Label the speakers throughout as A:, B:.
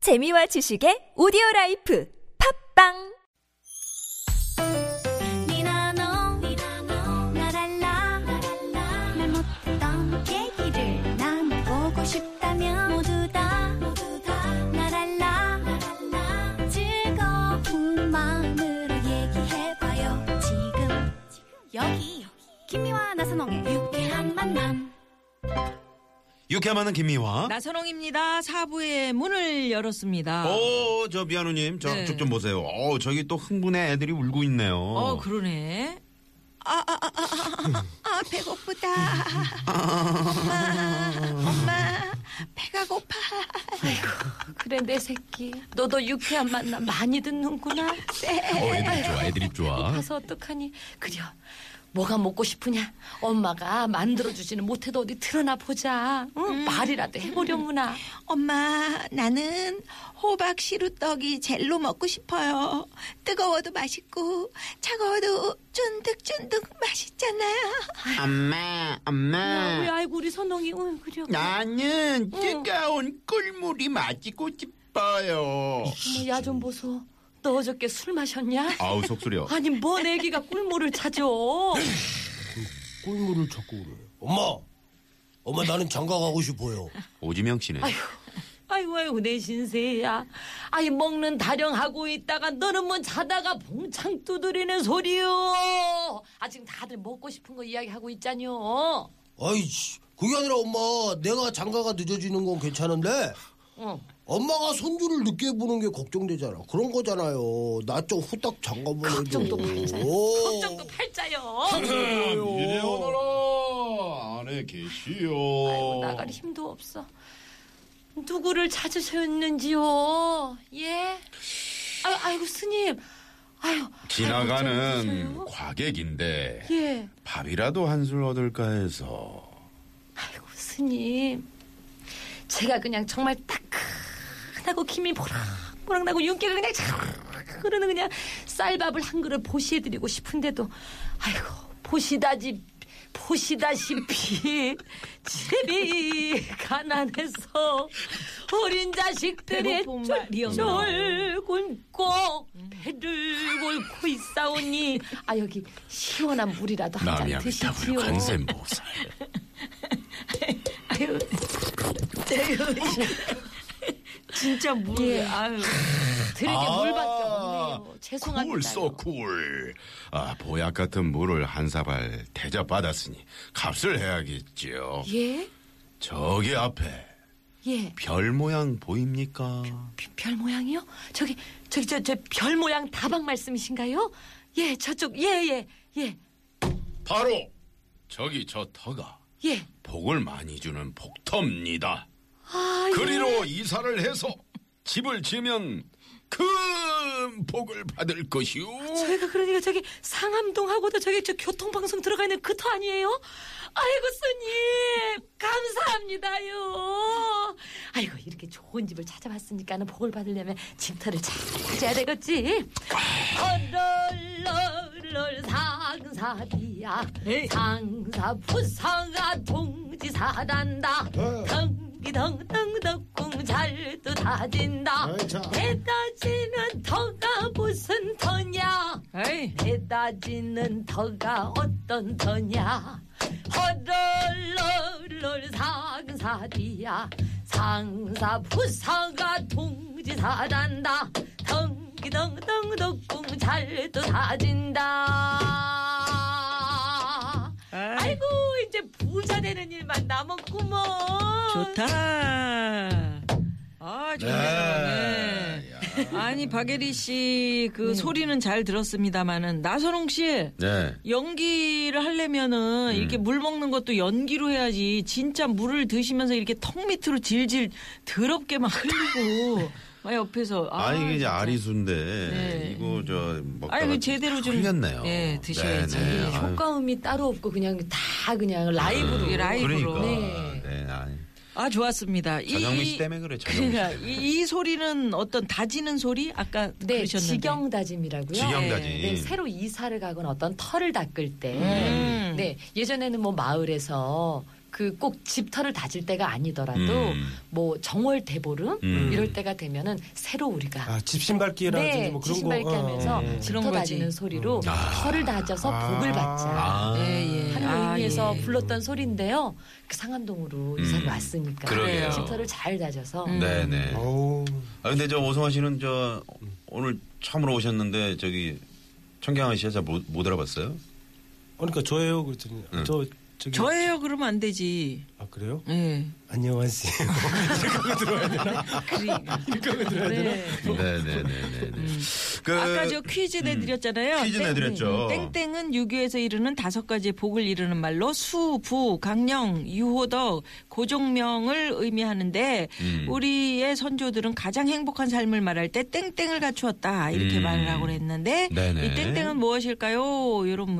A: 재미와 지식의 오디오 라이프 팝빵
B: 니나노 나랄라 말 못했던 얘기를 난 보고 싶다면 모두 다 나랄라 즐거운 마음으로 얘기해봐요 지금 여기 김미와 나선홍의 유쾌한 만남
C: 유쾌만은 김미화.
D: 나선홍입니다. 사부의 문을 열었습니다.
C: 오, 어, 저 미아누님, 저
D: 네.
C: 그쪽 좀 보세요. 오, 저기 또 흥분해 애들이 울고 있네요.
D: 어, 그러네. 아, 아, 아, 아, 아, 아, 아, 배고프다. 아, 엄마, 배가 고파.
E: 그래 내 새끼 너도 유쾌한 만남 많이 듣는구나
F: 어, 애드립 좋아, 애드립 좋아.
E: 가서 어떡하니 그려 뭐가 먹고 싶으냐 엄마가 만들어주지는 못해도 어디 드러나 보자 응? 말이라도 해보려무나
D: 음. 엄마, 나는 호박 시루떡이 젤로 먹고 싶어요. 뜨거워도 맛있고, 차가워도 쫀득쫀득 맛있잖아요.
C: 엄마,
E: 우리
C: 엄마.
E: 아이고 우리 선홍이 응 그려
C: 아. 나는
E: 어.
C: 뜨거운 꿀물이 마시고 싶어요.
E: 야좀 보소 너 어저께 술 마셨냐
C: 아우, 속쓰려.
E: 아니 뭔 애기가 꿀물을 찾아
G: 꿀물을 찾고 그래. 엄마! 엄마, 나는 장가 가고 싶어요.
C: 오지명 씨네.
E: 아이고 아이고 내 신세야 아이 먹는 다령하고 있다가 너는 뭐 자다가 봉창 두드리는 소리요 아 지금 다들 먹고 싶은 거 이야기하고 어, 있잖요
G: 아이씨, 그게 아니라 엄마, 내가 장가가 늦어지는 건 괜찮은데,
E: 어.
G: 엄마가 손주를 늦게 보는 게 걱정되잖아. 그런 거잖아요. 나 좀 후딱 장가 보내줘.
E: 걱정도 팔자.
G: 걱정도
E: 걱정도 팔자요
C: 미래 오너라 안에 계시오. 어.
E: 아이고 나갈 힘도 없어 누구를 찾으셨는지요 예 아유, 아이고 스님 아유
C: 지나가는
E: 아이고,
C: 과객인데
E: 예
C: 밥이라도 한술 얻을까 해서
E: 아이고 스님 제가 그냥 정말 따끈하고 김이 보락보락 나고 윤기가 그냥 촤르르 흐르는 그냥 쌀밥을 한 그릇 보시해드리고 싶은데도 아이고 보시다지 보시다시피 집이 가난해서 어린 자식들의
D: 배고픈 말이요.
E: 쫄쫄 굶고 배를 골고 있사오니 아 여기 시원한 물이라도 한
F: 남이
E: 잔
F: 아미 W
E: 드시지요
F: 관세모살.
D: 아유, 진짜 물,
E: 예.
D: 아유.
E: 드리게
C: 아,
E: 물밖에 없네요. 죄송합니다.
C: 쿨, 써쿨. 아, 보약 같은 물을 한 사발 대접받았으니 값을 해야겠지요.
E: 예?
C: 저기 앞에
E: 예.
C: 별 모양 보입니까?
E: 비- 별 모양이요? 저기 저기 저 저 별 모양 다방 말씀이신가요? 예, 저쪽 예, 예. 예.
C: 바로 저기 저 터가
E: 예.
C: 복을 많이 주는 복터입니다.
E: 아, 예.
C: 그리로 이사를 해서 집을 지면 큰 복을 받을 것이오.
E: 저희가 그러니까 저기 상암동하고도 저기 저 교통방송 들어가 있는 그 터 아니에요? 아이고 스님 감사합니다요. 아이고 이렇게 좋은 집을 찾아봤으니까는 복을 받으려면 집터를 잘 찾아야 되겠지. 헐헐헐 상사비야 상사 부상아 동지 사단다. 덩기덩덩덕 공잘도 다진다.
G: 아이, 참.
E: 대다지는 터가 무슨 터냐
D: 에이,
E: 대다지는 터가 어떤 터냐 허덜덜덜 상사디야 상사 부사가 동지사란다 덩기덩덩 덕궁 잘도 사진다
D: 아이,
E: 아이고 이제 부자 되는 일만 남았구먼
D: 좋다. 아, 좋네. 네. 아니 박예리 씨 그 소리는 잘 들었습니다만은 나선홍 씨
C: 네.
D: 연기를 하려면은
C: 음.
D: 이렇게 물 먹는 것도 연기로 해야지 진짜 물을 드시면서 이렇게 턱 밑으로 질질 더럽게 막 흘리고 막 옆에서
C: 아, 이게 이제
D: 진짜.
C: 아리수인데
D: 네.
C: 이거 저 먹다가
D: 아니, 그 제대로 좀-
C: 흘렸네요.
D: 예, 드셔야지.
C: 네, 네. 아유,
E: 효과음이 따로 없고 그냥 다 그냥 라이브로
D: 이게 라이브로.
C: 그러니까.
E: 네.
C: 네, 아니.
D: 아 좋았습니다. 이-
C: 전영미
D: 이-
C: 씨 때문에 그래. 전영미 씨
D: 그러니까
C: 때문에.
D: 이, 이 소리는 어떤 다지는 소리 아까
E: 네,
D: 그러셨는데
E: 직영다짐이라고요.
C: 직영다짐.
E: 네, 네, 새로 이사를 가거나 어떤 터를 닦을 때,
D: 음.
E: 네 예전에는 뭐 마을에서 그 꼭 집터를 다질 때가 아니더라도
C: 음.
E: 뭐 정월 대보름
C: 음.
E: 이럴 때가 되면은 새로 우리가
H: 아, 집신밟기라든지
E: 네,
H: 뭐 그런
E: 지신 밝게
H: 거. 어,
E: 하면서
C: 음.
H: 어, 어.
E: 집터
D: 그런 거지.
E: 다지는 소리로 털을 다져서
H: 아.
E: 복을 받자.
C: 아.
D: 예, 예.
E: 하는
D: 아,
E: 의미에서
D: 예.
E: 불렀던 소리인데요. 그 상암동으로 이사를
C: 음.
E: 왔으니까
C: 그러게요.
E: 집터를 잘 다져서
D: 음.
C: 네네.
H: 어우,
I: 아 근데 저 오성환 씨는 저 오늘 처음으로 오셨는데 저기 청경아 씨가 잘못 못 알아봤어요?
H: 그러니까 저예요, 그랬더니 아,
I: 응.
H: 저 저기
D: 저예요 그러면 안 되지.
H: 아 그래요?
D: 예.
H: 안녕하세요.
D: 그러니까. 네. 음.
C: 네네네네.
I: 그
D: 아까 저 퀴즈 내드렸잖아요.
I: 퀴즈
D: 땡- 음,
I: 내드렸죠.
D: 땡땡은 유교에서 이르는 다섯 가지의 복을 이르는 말로 수, 부, 강령, 유호덕, 고종명을 의미하는데 우리의 선조들은 가장 행복한 삶을 말할 때 땡땡을 갖추었다 이렇게
C: 음.
D: 말을 하고 했는데
C: 네네.
D: 이 땡땡은 무엇일까요? 이런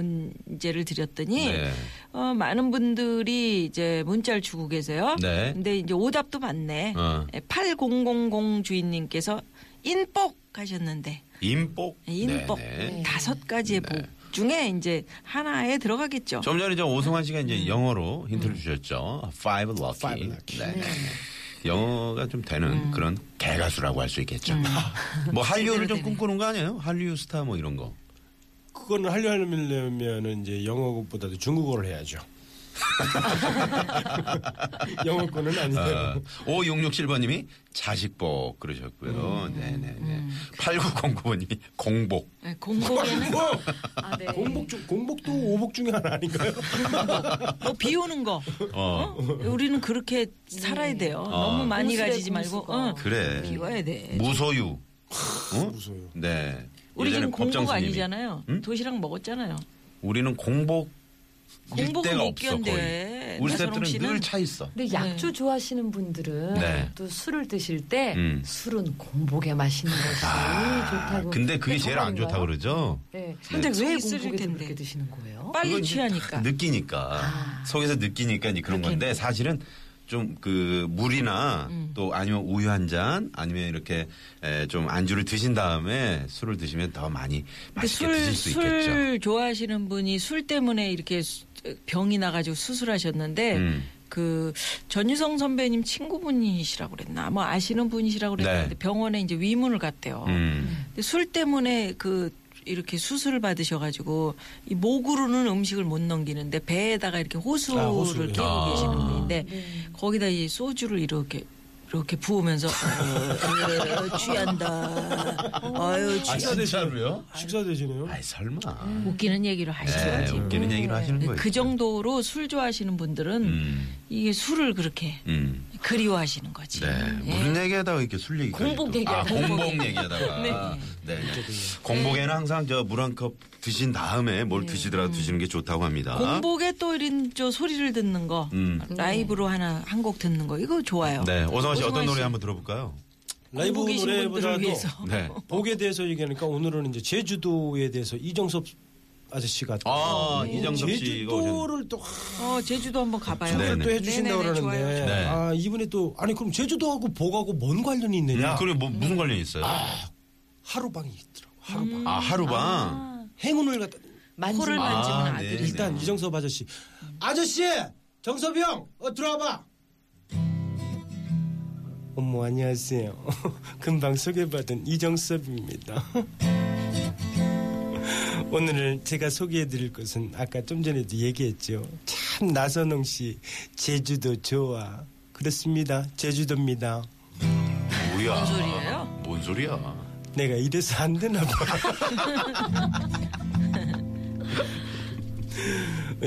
D: 문제를 드렸더니
C: 네.
D: 어, 많은 분들이 이제 문자를 주고 계세요.
C: 네.
D: 근데 이제 오답도 많네.
C: 어.
D: 8000 주인님께서 인복 하셨는데
C: 임복.
D: 인복
C: 네네.
D: 다섯 가지의 복 중에 이제 하나에 들어가겠죠.
C: 좀 전에 저 오성환 씨가
D: 음.
C: 이제 영어로 힌트를 주셨죠. Five Lucky.
H: Five lucky.
C: 네. 영어가 좀 되는
D: 음.
C: 그런 개가수라고 할 수 있겠죠. 뭐 한류를
D: 네,
C: 좀 꿈꾸는 거 아니에요? 한류 스타 뭐 이런 거.
H: 그거는 하려 하려면은 이제 영어보다도 중국어를 해야죠. 영어권은
C: 어,
D: 네, 뭐,
H: 아니에요.
C: 5667번님이 자식복
D: 음,
C: 그러셨고요. 네네네. 8909번님이 공복.
D: 네, 공복에는
C: 어.
H: 뭐
E: 아, 네.
H: 공복 중 공복도 오복 중에 하나 아닌가요?
D: 뭐 비오는 거.
C: 어.
D: 우리는 그렇게 살아야 돼요. 너무 많이
E: 공수래,
D: 가지지 말고
E: 공수거.
D: 응.
C: 그래.
D: 비워야 돼.
C: 무소유. 어?
H: 무서워요.
C: 네.
D: 우리
C: 예전에
D: 지금 공복
C: 법정스님이.
D: 아니잖아요.
C: 응?
D: 도시락 먹었잖아요.
C: 우리는 공복
D: 공복은
C: 일대가
D: 못
C: 없어
D: 견뎌.
C: 거의. 우리
D: 나선홍
C: 스태프들은
D: 씨는?
C: 늘 차 있어.
E: 근데 약주 좋아하시는 분들은
C: 네.
E: 또 술을 드실 때
C: 음. 아,
E: 술은 공복에 마시는 것이 좋다고.
C: 근데 그게 제일 안 좋다 고
E: 정말인가요?
C: 그러죠.
E: 네.
D: 근데
E: 술이
D: 왜
E: 공복에
D: 쓰실 텐데.
E: 그렇게 드시는 거예요?
D: 빨리
C: 어, 그건
D: 취하니까. 아.
C: 느끼니까 속에서 느끼니까 이제 그런 건데 사실은 좀 그 물이나
D: 음.
C: 또 아니면 우유 한 잔 아니면 이렇게 에, 좀 안주를 드신 다음에 술을 드시면 더 많이
D: 근데
C: 맛있게
D: 술,
C: 드실 수 있겠죠.
D: 술 좋아하시는 분이 술 때문에 이렇게 수- 병이 나가지고 수술하셨는데
C: 음.
D: 그 전유성 선배님 친구분이시라고 그랬나 뭐 아시는 분이시라고
C: 네.
D: 그랬는데 병원에 이제 위문을 갔대요.
C: 음.
D: 근데 술 때문에 그 이렇게 수술을 받으셔가지고 이 목으로는 음식을 못 넘기는데 배에다가 이렇게 호수를
H: 아, 호수를.
D: 끼고
C: 아.
D: 계시는 분인데 거기다 이 소주를 이렇게 이렇게 부으면서 어, 어, 취한다. 아유 취
H: 식사 대신
C: 진짜로요?
H: 식사 대신에요?
C: 아이 설마.
D: 웃기는 얘기를
C: 네,
D: 하시죠.
C: 웃기는 얘기를 하시는 거예요.
D: 음. 그 정도로 술 좋아하시는 분들은
C: 음.
D: 이게 술을 그렇게
C: 음.
D: 그리워하시는 거지.
C: 네.
D: 예.
C: 무슨 얘기하다가 이렇게 술 얘기
E: 공복 얘기하다가.
C: 아, 공복 얘기하다가. 네. 네. 공복에는 항상 저 물 한 컵 드신 다음에 뭘 드시더라도 드시는 게 좋다고 합니다.
D: 공복에 또 이런 저 소리를 듣는 거,
C: 아? 음.
D: 라이브로 하나 한 곡 듣는 거 이거 좋아요.
C: 네. 오성환 씨 어떤
D: 오성환
C: 노래
D: 씨.
C: 한번 들어볼까요?
H: 라이브
D: 공복이신 분들을
H: 노래보다도
D: 위해서.
C: 네.
H: 복에 대해서 얘기하니까 오늘은 이제 제주도에 대해서 이정섭 아저씨가
C: 아, 이정섭 씨가
H: 제주도를 또
D: 어 제주도 한번 가봐요.
H: 네,
C: 네네.
H: 또 해주신다고
D: 네네네, 좋아요,
H: 그러는데
D: 좋아요.
C: 네.
H: 아 이분이 또 아니 그럼 제주도하고 복하고 뭔 관련이 있느냐?
C: 음, 그럼 뭐 무슨 관련이 있어요? 아,
H: 하루방이 있더라고. 하루방.
C: 하루방.
H: 아.
D: 음.
H: 행운을 갖다.
D: 코를 만지면
E: 만지면
C: 아,
D: 아, 들이
H: 일단 이정섭 아저씨. 아저씨, 정섭이 형, 어, 들어와봐. 어머 안녕하세요. 금방 소개받은 이정섭입니다. 오늘은 제가 소개해드릴 것은 아까 좀 전에도 얘기했죠. 참 나선홍 씨 제주도 좋아. 그렇습니다. 제주도입니다.
C: 뭐야?
D: 뭔 소리예요?
C: 뭔 소리야?
H: 내가 이래서 안 되나 봐.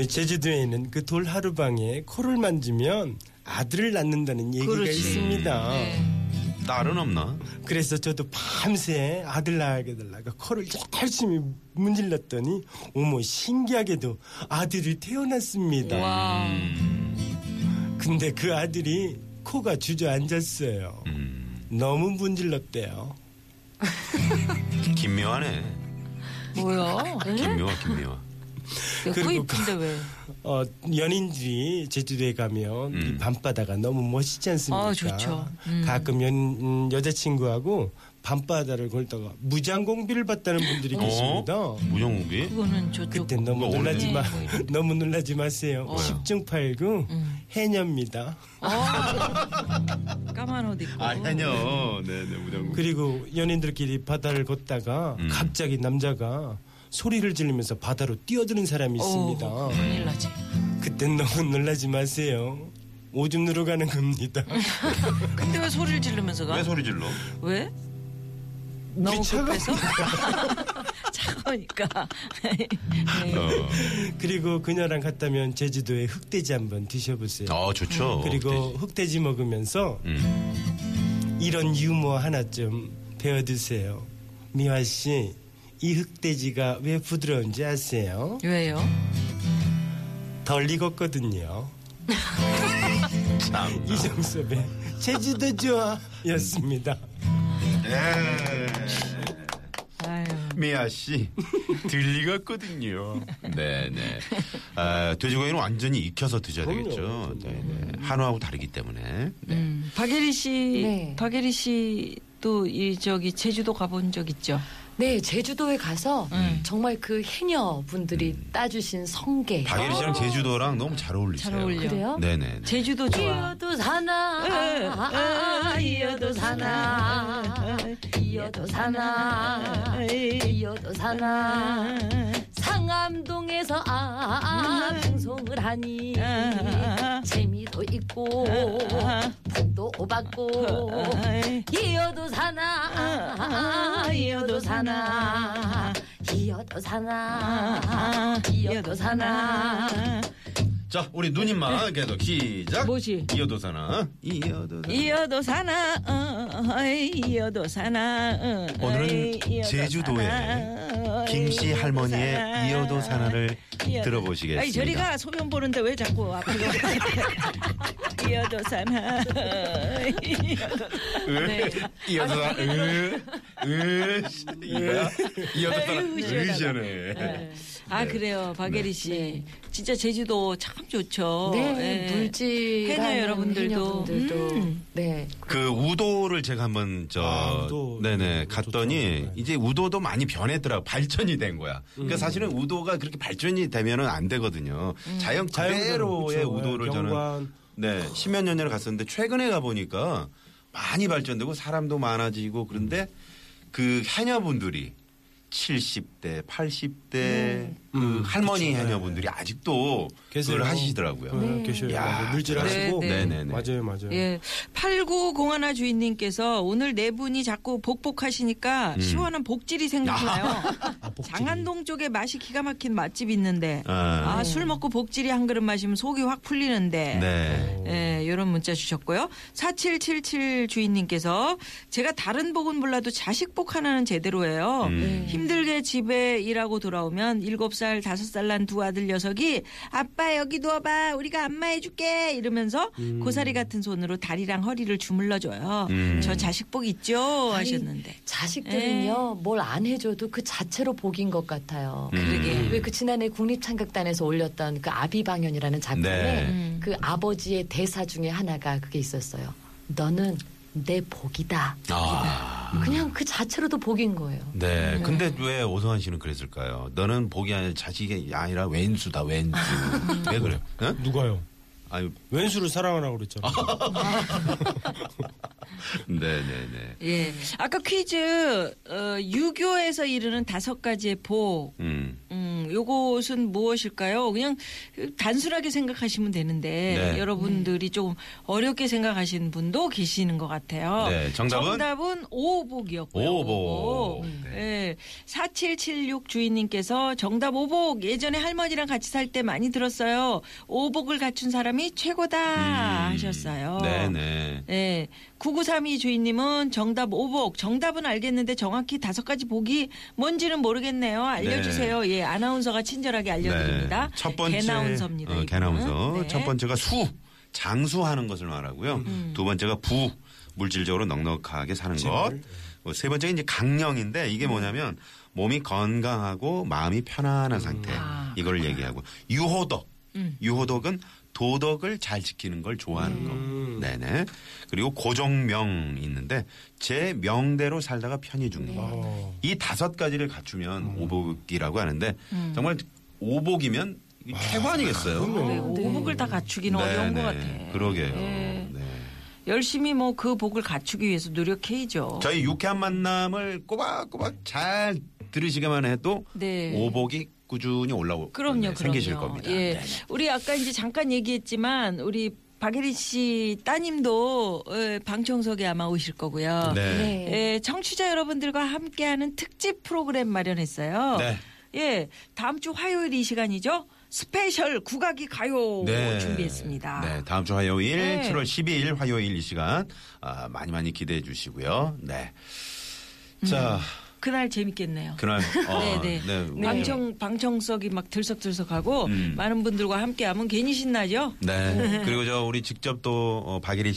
H: 제주도에 있는 그 돌 하루방에 코를 만지면 아들을 낳는다는 얘기가
D: 그렇지. 네.
H: 있습니다.
C: 딸은 없나?
H: 그래서 저도 밤새 아들 낳게 달라고 코를 열심히 문질렀더니 어머 신기하게도 아들이 태어났습니다.
D: 아,
H: 음. 근데 그 아들이 코가 주저앉았어요.
C: 음.
H: 너무 문질렀대요.
C: 김묘하네. 어?
D: 뭐야?
C: 김묘하, 김묘하.
H: 그리고
D: 후입인데 왜?
H: 어, 연인들이 제주도에 가면
C: 음.
H: 이 밤바다가 너무 멋있지 않습니까?
D: 아, 좋죠. 음.
H: 가끔 연, 음, 여자친구하고 밤바다를 걸다가 무장공비를 봤다는 분들이
D: 어?
H: 계십니다.
C: 무정국이?
D: 그거는 저쪽.
H: 그때 너무
C: 어? 그거 어,
H: 놀라지 마, 너무 놀라지 마세요.
D: 어.
H: 10중 8구
D: 음.
H: 해녀입니다.
D: 어. 까만 옷 입고.
C: 아니요. 네, 네, 무정국.
H: 그리고 연인들끼리 바다를 걷다가
C: 음.
H: 갑자기 남자가 소리를 지르면서 바다로 뛰어드는 사람이 있습니다.
D: 어, 큰일 나지.
H: 그땐 너무 놀라지 마세요. 오줌 누러 가는 겁니다.
D: 근데 왜 소리를 지르면서 가?
C: 왜 소리 질러? 어.
D: 왜? 너무
H: 차가-
D: 급해서? 차가우니까. 네.
C: 어.
H: 그리고 그녀랑 갔다면 제주도에 흑돼지 한번 드셔보세요.
C: 아, 좋죠.
H: 그리고
C: 흑돼지.
H: 흑돼지 먹으면서
C: 음.
H: 이런 유머 하나 좀 배워두세요. 미화 씨, 이 흑돼지가 왜 부드러운지 아세요?
D: 왜요?
H: 덜 익었거든요. 이정섭의 제주도 좋아였습니다.
D: 아유.
C: 네. 미아 씨 들리겠거든요. 네네. 아, 돼지고기는 완전히 익혀서 드셔야
H: 그럼요.
C: 되겠죠. 네네. 한우하고 다르기 때문에. 네.
D: 음. 박예리 씨,
E: 네.
D: 박예리 씨도 이 저기 제주도 가본 적 있죠?
E: 네, 제주도에 가서
D: 음.
E: 정말 그 해녀분들이
C: 음.
E: 따주신 성게.
C: 박예리 씨랑 제주도랑 너무 잘 어울리세요.
D: 아. 잘 어울려.
E: 그래요?
C: 네네.
D: 제주도 좋아.
E: 이어도 예, 아, 사나, 이어도 사나, 이어도 사나, 이어도 사나. 상암동에서 아, 방송을 하니 아, 재미도 있고 아, 돈도 받고 아. 이어도 사나, 아, 이어도 사나, 이어도 사나, 이어도 사나.
C: 자, 우리 누님만 계속 시작.
D: 뭐지?
C: 이어도사나. 이어도사나.
D: 이어도 사나, 어, 어, 이어도 사나. 어, 어,
C: 오늘은
D: 이어도
C: 제주도의
D: 사나, 어,
C: 김씨
D: 이어도 사나.
C: 할머니의 이어도사나를
D: 이어도-
C: 들어보시겠습니다.
D: 아니 저리가 소변 보는데 왜 자꾸 앞으로 이어도 사나. 네.
C: 이어도사나. 으, 으, 이거야. 이어도사나.
D: 아이고,
C: 으,
D: 네. 시원하다.
C: 시원해.
D: 아 그래요, 박예리 씨. 진짜 제주도 참 좋죠.
E: 네,
D: 예.
E: 물질
D: 해녀 여러분들도 음.
E: 네.
C: 그 우도를 제가 한번 저
H: 아, 우도.
C: 네네
H: 우도
C: 갔더니
H: 좋죠. 네.
C: 이제 우도도 많이 변했더라 발전이 된 거야. 그러니까
H: 음.
C: 사실은 우도가 그렇게 발전이 되면은 안 되거든요. 자연 그대로의
H: 그렇죠.
C: 우도를 저는
H: 경관.
C: 네 십몇 년 전에 갔었는데 최근에 가 보니까 많이 발전되고 사람도 많아지고 그런데 그 해녀분들이 70대, 80대 그
H: 음,
C: 할머니
H: 그쵸. 네.
C: 해녀분들이 아직도
H: 계세요.
C: 그걸 하시더라고요.
H: 네. 계셔요.
C: 야,
H: 물질하시고
D: 네,
C: 네.
H: 맞아요, 맞아요.
D: 예. 89 공하나 주인님께서 오늘 네 분이 자꾸 복복하시니까
C: 음.
D: 시원한 복질이 생각나요. 장안동 쪽에 맛이 기가 막힌 맛집이 있는데
C: 아.
D: 아, 술 먹고 복질이 한 그릇 마시면 속이 확 풀리는데
C: 네.
D: 예, 이런 문자 주셨고요. 4777 주인님께서 제가 다른 복은 몰라도 자식복 하나는 제대로예요.
C: 음.
D: 힘들게 집에 일하고 돌아오면 7살, 5살 난 두 아들 녀석이 아빠 여기 누워봐. 우리가 안마해줄게. 이러면서
C: 음.
D: 고사리 같은 손으로 다리랑 허리를 주물러줘요.
C: 음.
D: 저 자식복 있죠? 하셨는데.
E: 자식들은요
D: 예.
E: 뭘 안 해줘도 그 자체로 복인 것 같아요.
C: 음.
D: 그러게.
E: 왜 그 지난해 국립창극단에서 올렸던 그 아비방연이라는 작품에
C: 네.
D: 음.
E: 그 아버지의 대사 중에 하나가 그게 있었어요. 너는 내 복이다.
C: 아.
E: 그냥 그 자체로도 복인 거예요.
C: 네. 근데 왜 오성환 씨는 그랬을까요? 너는 복이 아니라 자식이 아니라 왼수다, 왼수.
D: 음.
C: 왜 그래요? 응?
H: 누가요?
C: 아유,
H: 왼수를 사랑하라고 그랬잖아요.
C: 네네네.
D: 예. 아까 퀴즈, 어, 유교에서 이르는 다섯 가지의 복.
C: 음.
D: 음, 요것은 무엇일까요? 그냥 단순하게 생각하시면 되는데
C: 네.
D: 여러분들이 조금 어렵게 생각하시는 분도 계시는 것 같아요.
C: 네, 정답은?
D: 오복이었고요.
C: 오복. 네.
D: 예. 4776 주인님께서 정답 오복 예전에 할머니랑 같이 살 때 많이 들었어요. 오복을 갖춘 사람이 최고다
C: 음.
D: 하셨어요.
C: 네네.
D: 예. 9932 주인님은 정답 오복. 정답은 알겠는데 정확히 다섯 가지 복이 뭔지는 모르겠네요. 알려주세요. 예, 아나운서가 친절하게 알려드립니다.
C: 네. 첫 번째.
D: 개나운서입니다.
C: 어,
D: 이분은.
C: 개나운서.
D: 네.
C: 첫 번째가 수. 장수하는 것을 말하고요.
D: 음.
C: 두 번째가 부. 물질적으로 넉넉하게 사는 것. 어, 세
D: 음. 아,
C: 번째가 이제 강령인데 이게 뭐냐면 몸이 건강하고 마음이 편안한 상태. 이걸 얘기하고 유호덕.
D: 음.
C: 유호덕은 도덕을 잘 지키는 걸 좋아하는 거. 네네. 그리고 고정명 있는데 제 명대로 살다가 편히 죽는 거. 이 다섯 가지를 갖추면 오복이라고 하는데 정말 오복이면 이게 최고 아니겠어요?
D: 네, 오복을 다
C: 네,
D: 갖추기는 음, 어려운 것 같아.
C: 그러게요.
D: 예.
C: 네.
D: 열심히 뭐 그 복을 갖추기 위해서 노력해야죠.
C: 저희 유쾌한 만남을 꼬박꼬박 잘 들으시기만 해도
D: 네.
C: 오복이 꾸준히 올라오
D: 그럼요,
C: 네,
D: 그럼요.
C: 생기실 겁니다.
D: 예.
C: 네.
D: 우리 아까 이제 잠깐 얘기했지만 우리 박예린 씨 따님도 어, 방청석에 아마 오실 거고요.
C: 네.
D: 예, 청취자 여러분들과 함께하는 특집 프로그램 마련했어요.
C: 네.
D: 예, 다음 주 화요일 이 시간이죠. 스페셜 국악이 가요
C: 네.
D: 준비했습니다.
C: 네, 다음 주 화요일
D: 네.
C: 7월 12일 화요일 이 시간 아, 많이 많이 기대해 주시고요. 네. 자,
D: 그날 재밌겠네요.
C: 그날 어,
D: 음. 네, 네.
C: 우리
D: 방청 방청석이 막 들썩들썩하고
C: 음.
D: 많은 분들과 함께하면 괜히 신나죠.
C: 네. 그리고 저 우리 직접 또 어, 박예리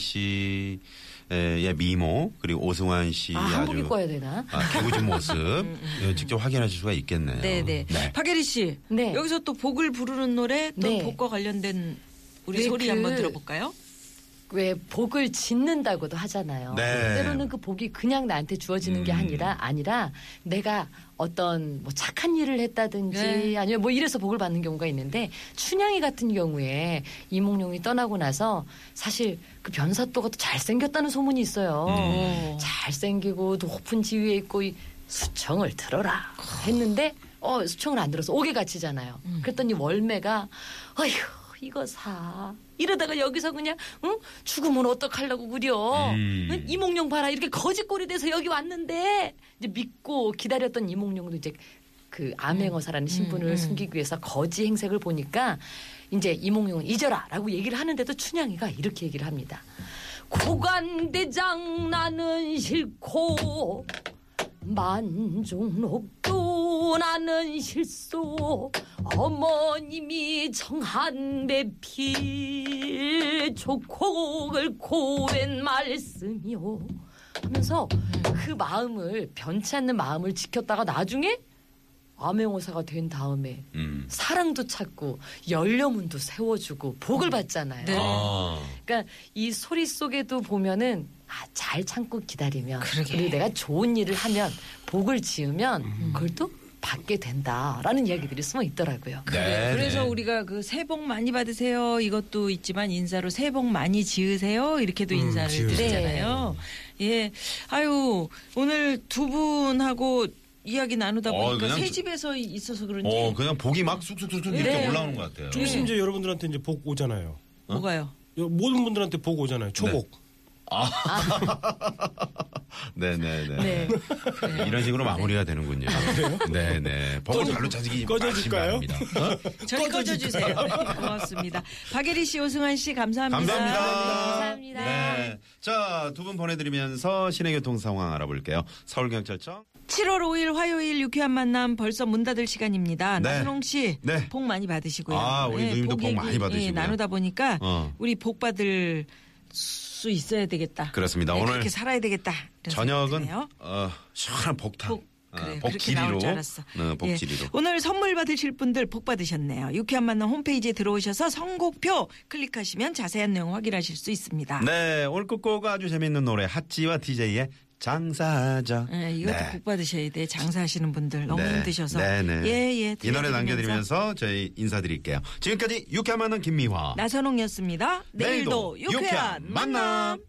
C: 씨의 미모 그리고 오승환 씨
E: 아, 한복
C: 아주
E: 입고 와야 되나?
C: 아, 개구진 모습 예, 직접 확인하실 수가 있겠네요.
D: 음, 네네. 박예리 씨,
E: 네.
D: 여기서 또 복을 부르는 노래 또
E: 네.
D: 복과 관련된 우리
E: 네,
D: 소리
E: 그-
D: 한번 들어볼까요?
E: 왜 복을 짓는다고도 하잖아요.
C: 네.
E: 때로는 그 복이 그냥 나한테 주어지는 게 아니라 아니라 내가 어떤 뭐 착한 일을 했다든지
D: 네.
E: 아니면 뭐 이래서 복을 받는 경우가 있는데 춘향이 같은 경우에 이몽룡이 떠나고 나서 사실 그 변사또가 또 잘생겼다는 소문이 있어요.
D: 음.
E: 잘생기고 높은 지위에 있고 이 수청을 들어라 했는데 어 수청을 안 들어서 옥에 갇히잖아요. 그랬더니 월매가 어휴 이거 사 이러다가 여기서 그냥 응 죽으면 어떡하려고 그려
C: 음.
E: 응? 이몽룡 봐라 이렇게 거지꼴이 돼서 여기 왔는데 이제 믿고 기다렸던 이몽룡도 이제 그 암행어사라는 신분을 숨기기 위해서 거지 행색을 보니까 이제 이몽룡은 잊어라라고 얘기를 하는데도 춘향이가 이렇게 얘기를 합니다. 고관대장 나는 싫고 만종록도 나는 실소 어머님이 정한 배필 조콕을 고웬 말씀이오 하면서 그 마음을 변치 않는 마음을 지켰다가 나중에 암행어사가 된 다음에
C: 음.
E: 사랑도 찾고 연려문도 세워주고 복을 받잖아요.
D: 네.
C: 아.
E: 그러니까 이 소리 속에도 보면은 아, 잘 참고 기다리면 그리고 내가 좋은 일을 하면 복을 지으면 그걸 또 받게 된다라는 이야기들이 숨어 있더라고요.
C: 네,
D: 그래서
C: 네.
D: 우리가 그 새해 복 많이 받으세요 이것도 있지만 인사로 새해 복 많이 지으세요 이렇게도 인사를
H: 지으세요.
D: 드리잖아요. 예, 아유 오늘 두 분하고 이야기 나누다
C: 어,
D: 보니까
C: 그냥
D: 새
C: 저-
D: 집에서 있어서 그런지
C: 어, 그냥 복이 막 쑥쑥쑥 이렇게
D: 네.
C: 올라오는 것 같아요.
H: 좀 있으면 이제 여러분들한테 이제 복 오잖아요.
D: 뭐가요?
H: 여- 모든 분들한테 복 오잖아요. 초복.
C: 네네네.
E: 네.
C: 이런 식으로 마무리가 되는군요.
D: 아,
C: 네네. 복을
H: 좀
C: 발로 찾으기
H: 꺼져줄까요?
C: 마십니다. 어?
D: 저희 꺼져주세요. 네, 고맙습니다. 박예리 씨, 오승환 씨 감사합니다.
C: 감사합니다.
E: 감사합니다.
C: 네. 자, 두 분 보내드리면서 시내 교통 상황 알아볼게요. 서울경찰청.
D: 7월 5일 화요일 유쾌한 만남 벌써 문 닫을 시간입니다.
C: 네.
D: 나선홍 씨,
C: 네.
D: 복 많이 받으시고요. 예,
C: 아, 우리 누님도 복
D: 얘기,
C: 많이 받으시고요.
D: 예, 나누다 보니까
C: 어.
D: 우리 복 받을 수 있어야 되겠다.
C: 그렇습니다.
D: 네,
C: 오늘
D: 그렇게 살아야 되겠다. 이런 생각이
C: 저녁은
D: 드네요.
C: 어, 시원한 복탕.
D: 복.
C: 어,
D: 그래, 그렇게 나올
C: 복지리로.
D: 줄 알았어.
C: 어,
D: 예.
C: 복지리로.
D: 오늘 선물 받으실 분들 복 받으셨네요. 유쾌한 만남 홈페이지에 들어오셔서 선곡표 클릭하시면 자세한 내용 확인하실 수 있습니다.
C: 네, 올 끝곡 아주 재밌는 노래 핫지와 DJ의 장사하자.
D: 예, 이것도 복 받으셔야 돼. 장사하시는 분들 너무
C: 네.
D: 힘드셔서.
C: 네, 네.
D: 예, 예.
C: 이 노래
D: 들려드리면서
C: 남겨드리면서 저희 인사드릴게요. 지금까지 유쾌한 만남 김미화.
D: 나선홍이었습니다. 내일도 유쾌한 만남.